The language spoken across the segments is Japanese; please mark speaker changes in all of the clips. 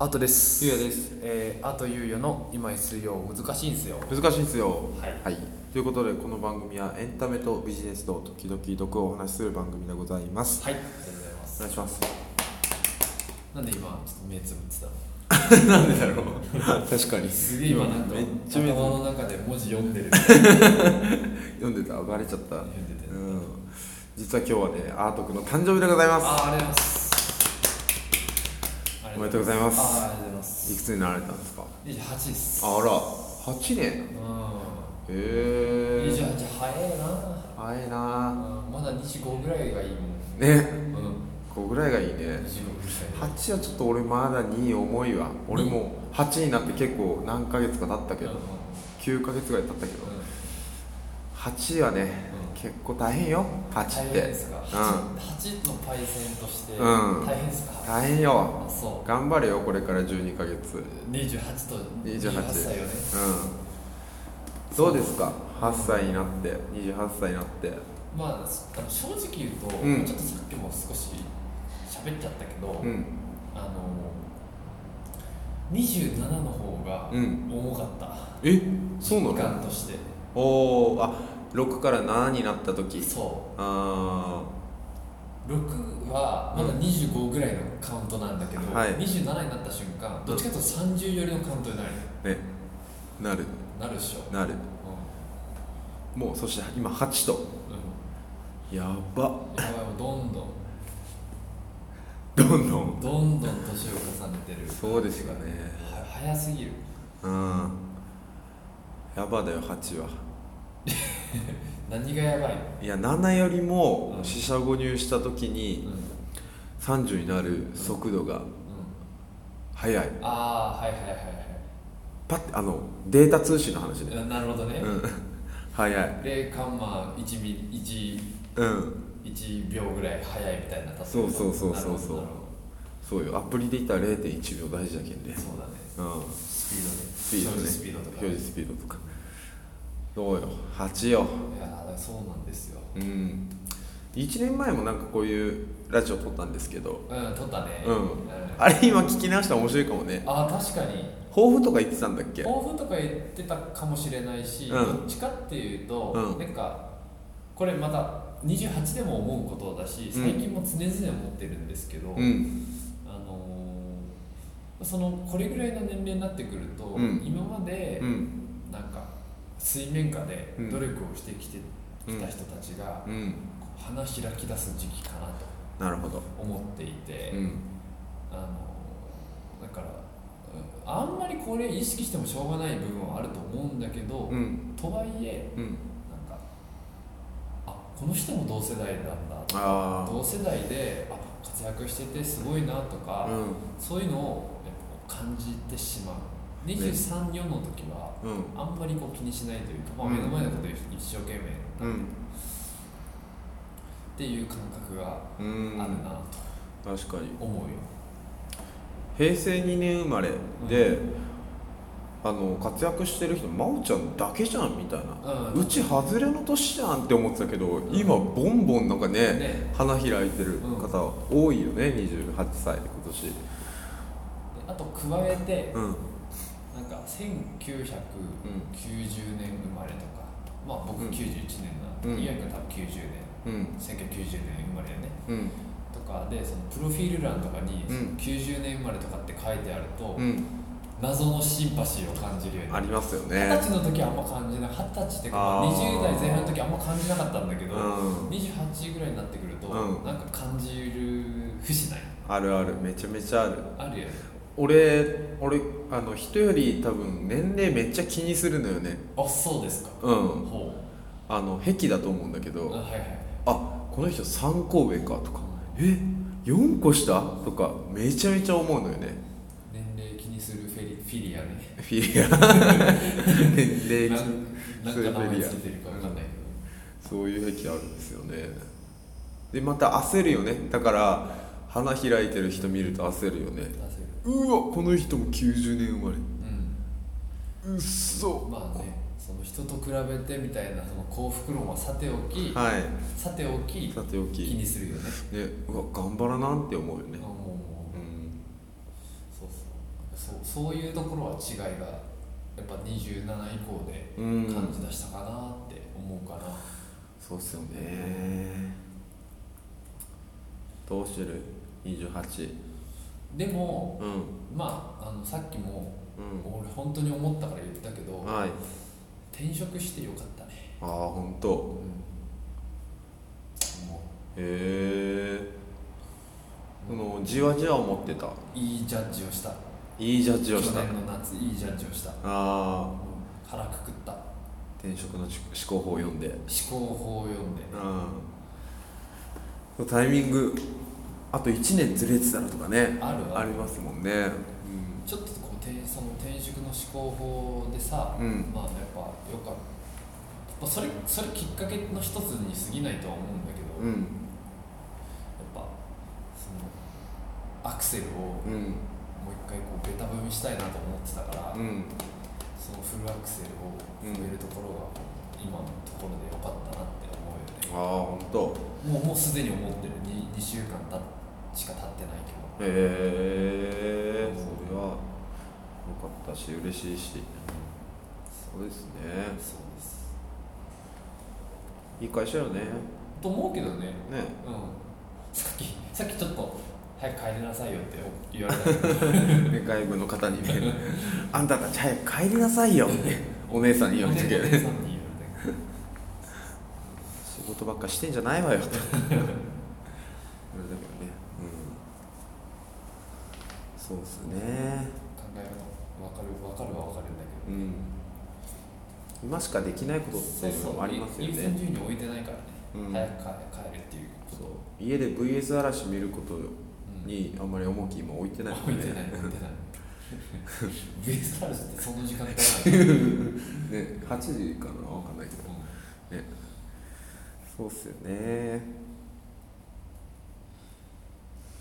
Speaker 1: あとです
Speaker 2: ゆうやです、
Speaker 1: えー、あとゆうやの今い水曜難しいんすよ
Speaker 2: 難しいんですよ
Speaker 1: はい
Speaker 2: ということでこの番組はエンタメとビジネスと時々毒をお話しする番組でございます
Speaker 1: はいありがとうございます
Speaker 2: お願いし ます
Speaker 1: なんで今ちょっと目つぶってたの
Speaker 2: なんでだろう確かに
Speaker 1: すげえ今なんか
Speaker 2: めっちゃ目つぶ
Speaker 1: 頭の中で文字読んでる
Speaker 2: 読んでたバレちゃったう
Speaker 1: 読んでて
Speaker 2: ん実は今日はねアートくんの誕生日でございま
Speaker 1: ああありがとうございます
Speaker 2: おめでとうございます
Speaker 1: あーありがとうございます
Speaker 2: いく
Speaker 1: す
Speaker 2: つになられたんですか
Speaker 1: 28です
Speaker 2: あら8年
Speaker 1: う
Speaker 2: へ
Speaker 1: ん
Speaker 2: え
Speaker 1: 28早いな
Speaker 2: 早いな
Speaker 1: うんまだ25ぐらいがいいもん
Speaker 2: ね
Speaker 1: うん
Speaker 2: こうぐらいがいいね
Speaker 1: 25ぐらい
Speaker 2: 8はちょっと俺まだ2重いわ俺も8になって結構何ヶ月か経ったけ
Speaker 1: うん
Speaker 2: ど9ヶ月ぐらい経ったけど
Speaker 1: うん
Speaker 2: 8はね、
Speaker 1: うん
Speaker 2: 結構大変よ8っ
Speaker 1: 大変
Speaker 2: て
Speaker 1: ですか
Speaker 2: う
Speaker 1: 八のパイセンとして
Speaker 2: うん
Speaker 1: 大変ですか、
Speaker 2: 大変よ
Speaker 1: あそ
Speaker 2: 頑張れよこれから12ヶ月う
Speaker 1: う28と
Speaker 2: 28
Speaker 1: 28歳よね
Speaker 2: んどうですか8歳になって28歳になって
Speaker 1: まあすあの正直言うと、
Speaker 2: うん
Speaker 1: ちょっとさっきも少し喋っちゃったけど、
Speaker 2: うん
Speaker 1: あの27の方が
Speaker 2: うん
Speaker 1: 重かった、
Speaker 2: えそうな
Speaker 1: 時
Speaker 2: の
Speaker 1: 間として
Speaker 2: おおあ6から7になった時
Speaker 1: そ
Speaker 2: あ
Speaker 1: う6はまだ
Speaker 2: うん
Speaker 1: 25ぐらいのカウントなんだけど、
Speaker 2: はい
Speaker 1: 27になった瞬間どっちかというと30寄りのカウントになる
Speaker 2: あねなる
Speaker 1: なるでしょ、
Speaker 2: なる
Speaker 1: う
Speaker 2: もうそして今8と
Speaker 1: んうん
Speaker 2: やば
Speaker 1: やばいもうどんどん
Speaker 2: どんどん
Speaker 1: どんどん年を重ねてる
Speaker 2: そうですよね
Speaker 1: は早すぎる
Speaker 2: うんやばだよ8は
Speaker 1: 何がやばいの、
Speaker 2: いや7よりも
Speaker 1: うん
Speaker 2: 四捨五入した時
Speaker 1: うん
Speaker 2: に
Speaker 1: うん、
Speaker 2: 30になる速度が速い
Speaker 1: ああはいはいは
Speaker 2: パッてあのデータ通信の話
Speaker 1: い
Speaker 2: ね
Speaker 1: はいなるほどね、
Speaker 2: うん速い
Speaker 1: 0カンマ 1, ミ1
Speaker 2: うん
Speaker 1: 1秒ぐらい早いみたいな例えば
Speaker 2: そうそうそうそうそ
Speaker 1: な
Speaker 2: う
Speaker 1: るほどなるほ
Speaker 2: そうよアプリで言ったら0.1秒大事だけん
Speaker 1: ど
Speaker 2: ね
Speaker 1: そうだね
Speaker 2: うん
Speaker 1: スピードね
Speaker 2: スピードね
Speaker 1: 表示スピードとか
Speaker 2: 表示スピードとかそうよ8よ
Speaker 1: いやーだからそうなんですよ
Speaker 2: うん1年前もなんかこういうラジオ撮ったんですけど
Speaker 1: うん撮ったね
Speaker 2: うん
Speaker 1: あ
Speaker 2: あれ今聞き直したら面白いかもね
Speaker 1: あー確かに
Speaker 2: 抱負とか言ってたんだっけ
Speaker 1: 抱負とか言ってたかもしれないし、
Speaker 2: うん
Speaker 1: どっちかっていうと、
Speaker 2: うん
Speaker 1: なんかこれまた28でも思うことだし最近も常々思ってるんですけど、
Speaker 2: うん
Speaker 1: あのーそのこれぐらいの年齢になってくると、
Speaker 2: うん
Speaker 1: 今まで
Speaker 2: うん
Speaker 1: なんか水面下で
Speaker 2: うん
Speaker 1: 努力をしてきてきた人たちが
Speaker 2: うん
Speaker 1: 花開き出す時期かなと
Speaker 2: なるほど
Speaker 1: 思っていて、
Speaker 2: うん
Speaker 1: あのだからうんあんまりこれ意識してもしょうがない部分はあると思うんだけど、
Speaker 2: うん
Speaker 1: とはいえ
Speaker 2: うん
Speaker 1: なんかあこの人も同世代なんだ
Speaker 2: あ
Speaker 1: 同世代であ活躍しててすごいなと
Speaker 2: あ
Speaker 1: か、
Speaker 2: うん
Speaker 1: そういうのをやっぱ感じてしまう
Speaker 2: ね
Speaker 1: 234、4の時は
Speaker 2: うん
Speaker 1: あんまりこう気にしないというか、まあ、
Speaker 2: うん
Speaker 1: 目の前のことで一生懸命っ
Speaker 2: うん
Speaker 1: ていう感覚が
Speaker 2: う
Speaker 1: ある
Speaker 2: ん
Speaker 1: なと
Speaker 2: 確かに
Speaker 1: 思うよ、
Speaker 2: 平成2年生まれで、あの活躍してる人真央ちゃんだけじゃんみたいな、
Speaker 1: うん
Speaker 2: うち外れの年じゃんって思ってたけど、今ボンボンなんかね
Speaker 1: ね
Speaker 2: 花開いてる方多いよね28歳今年
Speaker 1: であと加えて
Speaker 2: うん
Speaker 1: なんか1990年生まれとか、まあ僕
Speaker 2: うん
Speaker 1: 91年なんで、
Speaker 2: うん
Speaker 1: いわゆる多分90年
Speaker 2: うん
Speaker 1: 1990年生まれよね
Speaker 2: うん
Speaker 1: とかでそのプロフィール欄とかに、
Speaker 2: うん
Speaker 1: 90年生まれとかって書いてあると、
Speaker 2: うん
Speaker 1: 謎のシンパシーを感じるようにな
Speaker 2: あ
Speaker 1: る
Speaker 2: りますよ
Speaker 1: 二
Speaker 2: ね
Speaker 1: 十歳の時はあんま感じない二十歳っていうか
Speaker 2: あー
Speaker 1: 20代前半の時はあんま感じなかったんだけ
Speaker 2: う
Speaker 1: ど、
Speaker 2: ん
Speaker 1: 28ぐらいになってくると、
Speaker 2: うん
Speaker 1: なんか感じる節ない
Speaker 2: あるあるめちゃめちゃある
Speaker 1: あるよね
Speaker 2: 俺俺あの人より多分年齢めっちゃ気にするのよね
Speaker 1: あそうですか
Speaker 2: うん
Speaker 1: ほ
Speaker 2: あの癖だと思うんだけ
Speaker 1: うあ
Speaker 2: ど
Speaker 1: はいはい
Speaker 2: あこの人3個上かとかえ4個下とかめちゃめちゃ思うのよね
Speaker 1: 年齢気にするフェリフィリアね
Speaker 2: フ ィリア年齢
Speaker 1: なんなんか名前つけてるか分かんないけ
Speaker 2: そういう癖あるんですよねでまた焦るよねだから花開いてる人見ると焦るよね
Speaker 1: ど出せる
Speaker 2: うわこの人も90年生まれ
Speaker 1: うん
Speaker 2: うっそ
Speaker 1: まあねその人と比べてみたいなその幸福論はさておき
Speaker 2: はい
Speaker 1: さておき
Speaker 2: さてお
Speaker 1: 気
Speaker 2: き、
Speaker 1: にするよね
Speaker 2: ね、うわ頑張らなんって思うよ
Speaker 1: あ
Speaker 2: ね
Speaker 1: もうもう
Speaker 2: うん
Speaker 1: そうそうそうそういうところは違いがやっぱ27以降で
Speaker 2: うん
Speaker 1: 感じ出したかなって思うかな、
Speaker 2: そうっすよねどうする28
Speaker 1: でも
Speaker 2: うん
Speaker 1: まああのさっきも
Speaker 2: う
Speaker 1: 俺本当に思ったから言ったけど
Speaker 2: んはい
Speaker 1: 転職してよかったね、
Speaker 2: ああほんと
Speaker 1: うんも
Speaker 2: へえそのじわじわ思ってた
Speaker 1: ういいジャッジをした
Speaker 2: いいジャッジをし
Speaker 1: 去
Speaker 2: たあ
Speaker 1: 年の夏いいジャッジをした、うん
Speaker 2: あ
Speaker 1: 腹くくった思
Speaker 2: ー転職の思考法を読んで
Speaker 1: 考法を読んで
Speaker 2: うんタイミングあと1年ずれてたらとかね
Speaker 1: あるあ
Speaker 2: あ
Speaker 1: る
Speaker 2: りますもんね
Speaker 1: ちょっとこう転その転職の思考法でさ、
Speaker 2: うん、うん、
Speaker 1: まあやっぱよかったそれそれきっかけの一つに過ぎないとは思うんだけど、
Speaker 2: う
Speaker 1: やっ
Speaker 2: ん
Speaker 1: ぱそのアクセルを
Speaker 2: うん
Speaker 1: もう一回こうベタ踏みしたいなと思ってたから、
Speaker 2: うん
Speaker 1: そのフルアクセルを踏めるところが今のところでよかったなって思うよね
Speaker 2: ああほんと
Speaker 1: もうもうすでに思ってる 2, 2週間たしか経ってないけど
Speaker 2: へえそれはよかったし嬉しいしそうですね
Speaker 1: そうです
Speaker 2: いい会社よね
Speaker 1: と思うけどね
Speaker 2: ね
Speaker 1: うんさっきさっきちょっと早く帰りなさいよって言われたけど
Speaker 2: 外部の方に ね「あんたたち早く帰りなさいよ」ってお姉さ んに言われて
Speaker 1: お姉 さんに言わ
Speaker 2: け
Speaker 1: れたけど
Speaker 2: 仕事ばっかしてんじゃないわよってあれだけどねうんそうっすね
Speaker 1: 考えるの分かる分かるは分かるんだけど
Speaker 2: うん今しかできないことっていうのはありますよ
Speaker 1: 優先
Speaker 2: ね
Speaker 1: 順位に置いてないからね、
Speaker 2: うん
Speaker 1: 早く帰帰るっていうこと
Speaker 2: そう家で VS 嵐見ること
Speaker 1: うん
Speaker 2: にあんまり重き今置いてないも
Speaker 1: 置
Speaker 2: ん
Speaker 1: い
Speaker 2: ね
Speaker 1: てない置いてないベースアルスってその時間帯なの
Speaker 2: ね8時かなわかんないけどそうっすよね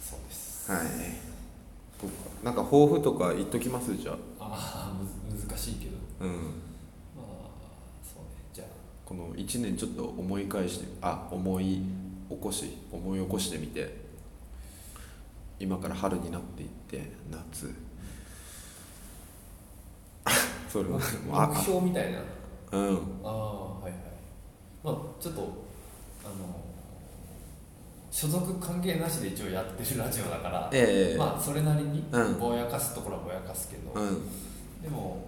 Speaker 1: そうです
Speaker 2: はいそうかなんか抱負とか言っときますじゃあ
Speaker 1: ああむず難しいけど
Speaker 2: うん
Speaker 1: まあそうねじゃあ
Speaker 2: この1年ちょっと思い返してあ思い起こし思い起こしてみて今から春になっていって夏 あそれはもうあ
Speaker 1: 目標みたいな
Speaker 2: あうん
Speaker 1: ああはいはいまあちょっとあの所属関係なしで一応やってるラジオだから、
Speaker 2: ええ
Speaker 1: まあそれなりに
Speaker 2: うん
Speaker 1: ぼやかすところはぼやかすけど、
Speaker 2: うん
Speaker 1: でも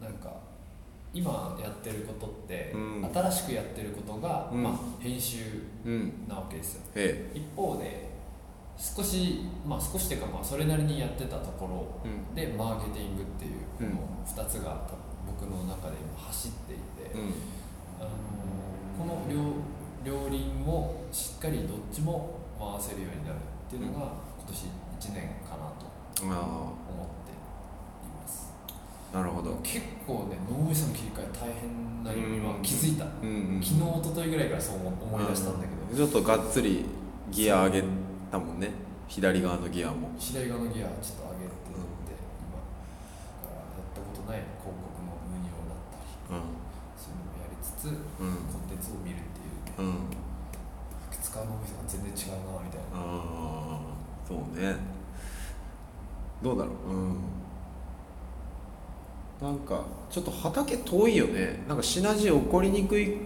Speaker 1: なんか今やってることって、
Speaker 2: うん
Speaker 1: 新しくやってることが、
Speaker 2: うん
Speaker 1: まあ、編集
Speaker 2: うん
Speaker 1: なわけですよ
Speaker 2: え
Speaker 1: 一方で少しまあ少しっていうかまあそれなりにやってたところ
Speaker 2: えうん
Speaker 1: でマーケティングっていうこ
Speaker 2: うん
Speaker 1: の2つが多分僕の中で今走っていて、
Speaker 2: うん
Speaker 1: あのこの両両輪をしっかりどっちも回せるようになるっていうのが今年1年かなと
Speaker 2: あ
Speaker 1: 思っています
Speaker 2: あなるほど
Speaker 1: 結構ね脳みその切り替え大変なようには気づいた、
Speaker 2: うんうん
Speaker 1: 昨日一昨日ぐらいからそう思思い出したんだけど、
Speaker 2: うんちょっとがっつりギア上げたもんね左側のギアも
Speaker 1: 左側のギアちょっと上げてって、今だからやったことない広告の運用だったり
Speaker 2: う
Speaker 1: そういうのもやりつつ
Speaker 2: んうん
Speaker 1: コンテンツを見るっていうね
Speaker 2: うん
Speaker 1: 使う脳みそが全然違うなみたいな
Speaker 2: ああそうねどうだろううんなんかちょっと畑遠いよねなんかシナジー起こりにくい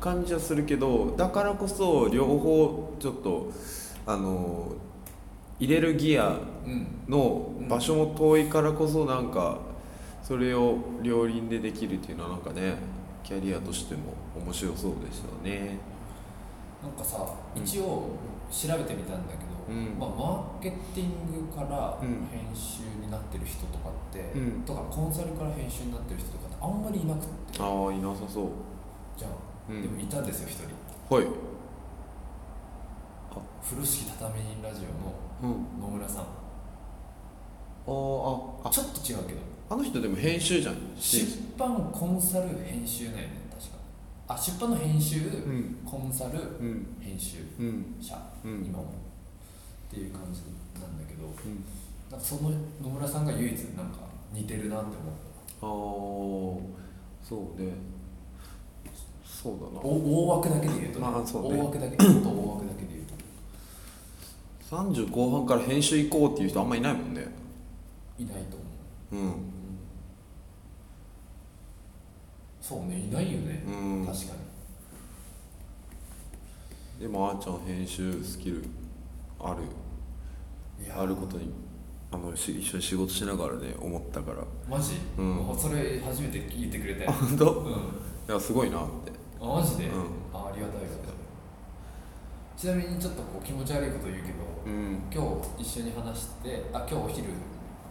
Speaker 2: 感じはするけどだからこそ両方ちょっとあの入れるギア
Speaker 1: うん
Speaker 2: の場所も遠いからこそなんかそれを両輪でできるっていうのはなんかねキャリアとしても面白そうですよね
Speaker 1: なんかさ
Speaker 2: うん
Speaker 1: 一応調べてみたんだけど、
Speaker 2: うん
Speaker 1: まあ、マーケティングから
Speaker 2: うん
Speaker 1: 編集になってる人とかって、
Speaker 2: うん
Speaker 1: とかコンサルから編集になってる人とかってあんまりいなくって
Speaker 2: ああいなさそう
Speaker 1: じゃん、
Speaker 2: うん
Speaker 1: でもいたんですよ一人
Speaker 2: はい
Speaker 1: 風呂敷畳ラジオ
Speaker 2: うん
Speaker 1: の野村さん
Speaker 2: あーあ
Speaker 1: ちょっと違うけど
Speaker 2: あの人でも編集じゃん
Speaker 1: 出版コンサル編集なんよね確かあ出版の編集、
Speaker 2: うん
Speaker 1: コンサル
Speaker 2: うん
Speaker 1: 編集
Speaker 2: うん
Speaker 1: 者、
Speaker 2: うん
Speaker 1: 今もっていう感じなんだけどなんかその野村さんが唯一なんか似てるなって思っ
Speaker 2: ああそうねそうだ
Speaker 1: た
Speaker 2: な
Speaker 1: お大枠だけで言うと、
Speaker 2: まあそうね
Speaker 1: 大枠だけちょっと大枠だけで言うと
Speaker 2: 30後半から編集行こうっていう人あんまいないもんね
Speaker 1: いないと思う
Speaker 2: うん
Speaker 1: そうねいないよね、
Speaker 2: うん
Speaker 1: 確かに
Speaker 2: でもあーちゃん編集スキルある
Speaker 1: いや
Speaker 2: あることにあのし一緒に仕事しながらね思ったから
Speaker 1: マジ、
Speaker 2: うん
Speaker 1: あそれ初めて聞いてくれた
Speaker 2: あ
Speaker 1: よ、
Speaker 2: 本
Speaker 1: う
Speaker 2: 当
Speaker 1: ん、あ
Speaker 2: いやすごいなって
Speaker 1: マジで、
Speaker 2: うん
Speaker 1: あありがたいことちなみにちょっとこう気持ち悪いこと言うけど
Speaker 2: うん
Speaker 1: 今日一緒に話してあ今日お昼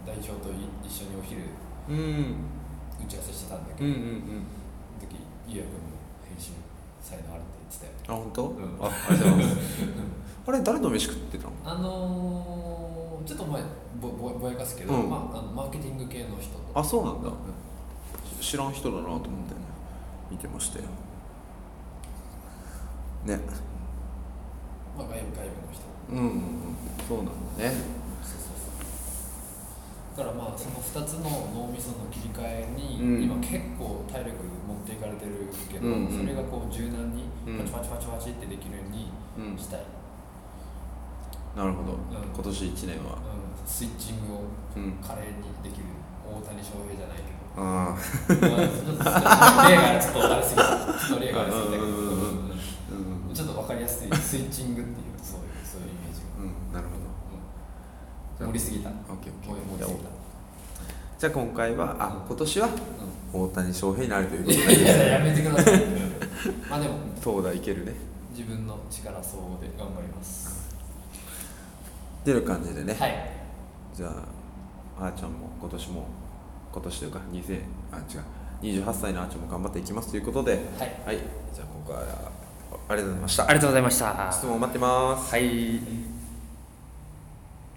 Speaker 1: 代表とい一緒にお昼
Speaker 2: うん
Speaker 1: 打ち合わせしてたんだけ
Speaker 2: う
Speaker 1: ど、
Speaker 2: んうん
Speaker 1: その
Speaker 2: うん
Speaker 1: 時ゆうやくんも編集才能あるって言ってたよ
Speaker 2: あ本当、
Speaker 1: うん
Speaker 2: あありがとうございますあれ誰の飯食ってたの
Speaker 1: あのー、ちょっと前ぼぼぼやかすけど、
Speaker 2: うん
Speaker 1: まあ、あのマーケティング系の人と
Speaker 2: あそうなんだ
Speaker 1: うん
Speaker 2: 知らん人だなと思って見てましたよね
Speaker 1: まあ、外部外部の人
Speaker 2: うんうんうんそうなんだね
Speaker 1: そうそうそうだからまあその2つの脳みその切り替えに、
Speaker 2: うん
Speaker 1: 今結構体力持っていかれてるけど、
Speaker 2: うんうん
Speaker 1: それがこう柔軟に
Speaker 2: うん
Speaker 1: パチパチパチパチってできるように
Speaker 2: うん
Speaker 1: したい、うん
Speaker 2: なるほど、
Speaker 1: ん
Speaker 2: 今年1年は
Speaker 1: スイッチングを
Speaker 2: うん
Speaker 1: 華麗にできる大谷翔平じゃないけど
Speaker 2: ああ
Speaker 1: まあちょっと例がちょっとあれすぎたちょっと例があれすぎたけど、
Speaker 2: うんうんうんうん
Speaker 1: うん
Speaker 2: うん
Speaker 1: ちょっと分かりやすいスイッチングっていうそういうそういうイメージ
Speaker 2: うんなるほ
Speaker 1: が、うん、盛りすぎた盛
Speaker 2: どオッケーオ
Speaker 1: り
Speaker 2: ッケ
Speaker 1: 盛りす
Speaker 2: ー
Speaker 1: ぎ
Speaker 2: じゃあ今回はあ今年は
Speaker 1: た、うん
Speaker 2: 大谷翔平になるということで
Speaker 1: いやいややめてくださいまあでも
Speaker 2: 東大いけるね
Speaker 1: 自分の力相応で頑張ります
Speaker 2: 出る感じでね、
Speaker 1: はい
Speaker 2: じゃああーちゃんも今年も今年というか2000あ違う28歳のあーちゃんも頑張っていきますということで
Speaker 1: はい
Speaker 2: はいじゃあここからありがとうございました
Speaker 3: ありがとうございました
Speaker 2: 質問待ってます
Speaker 3: はい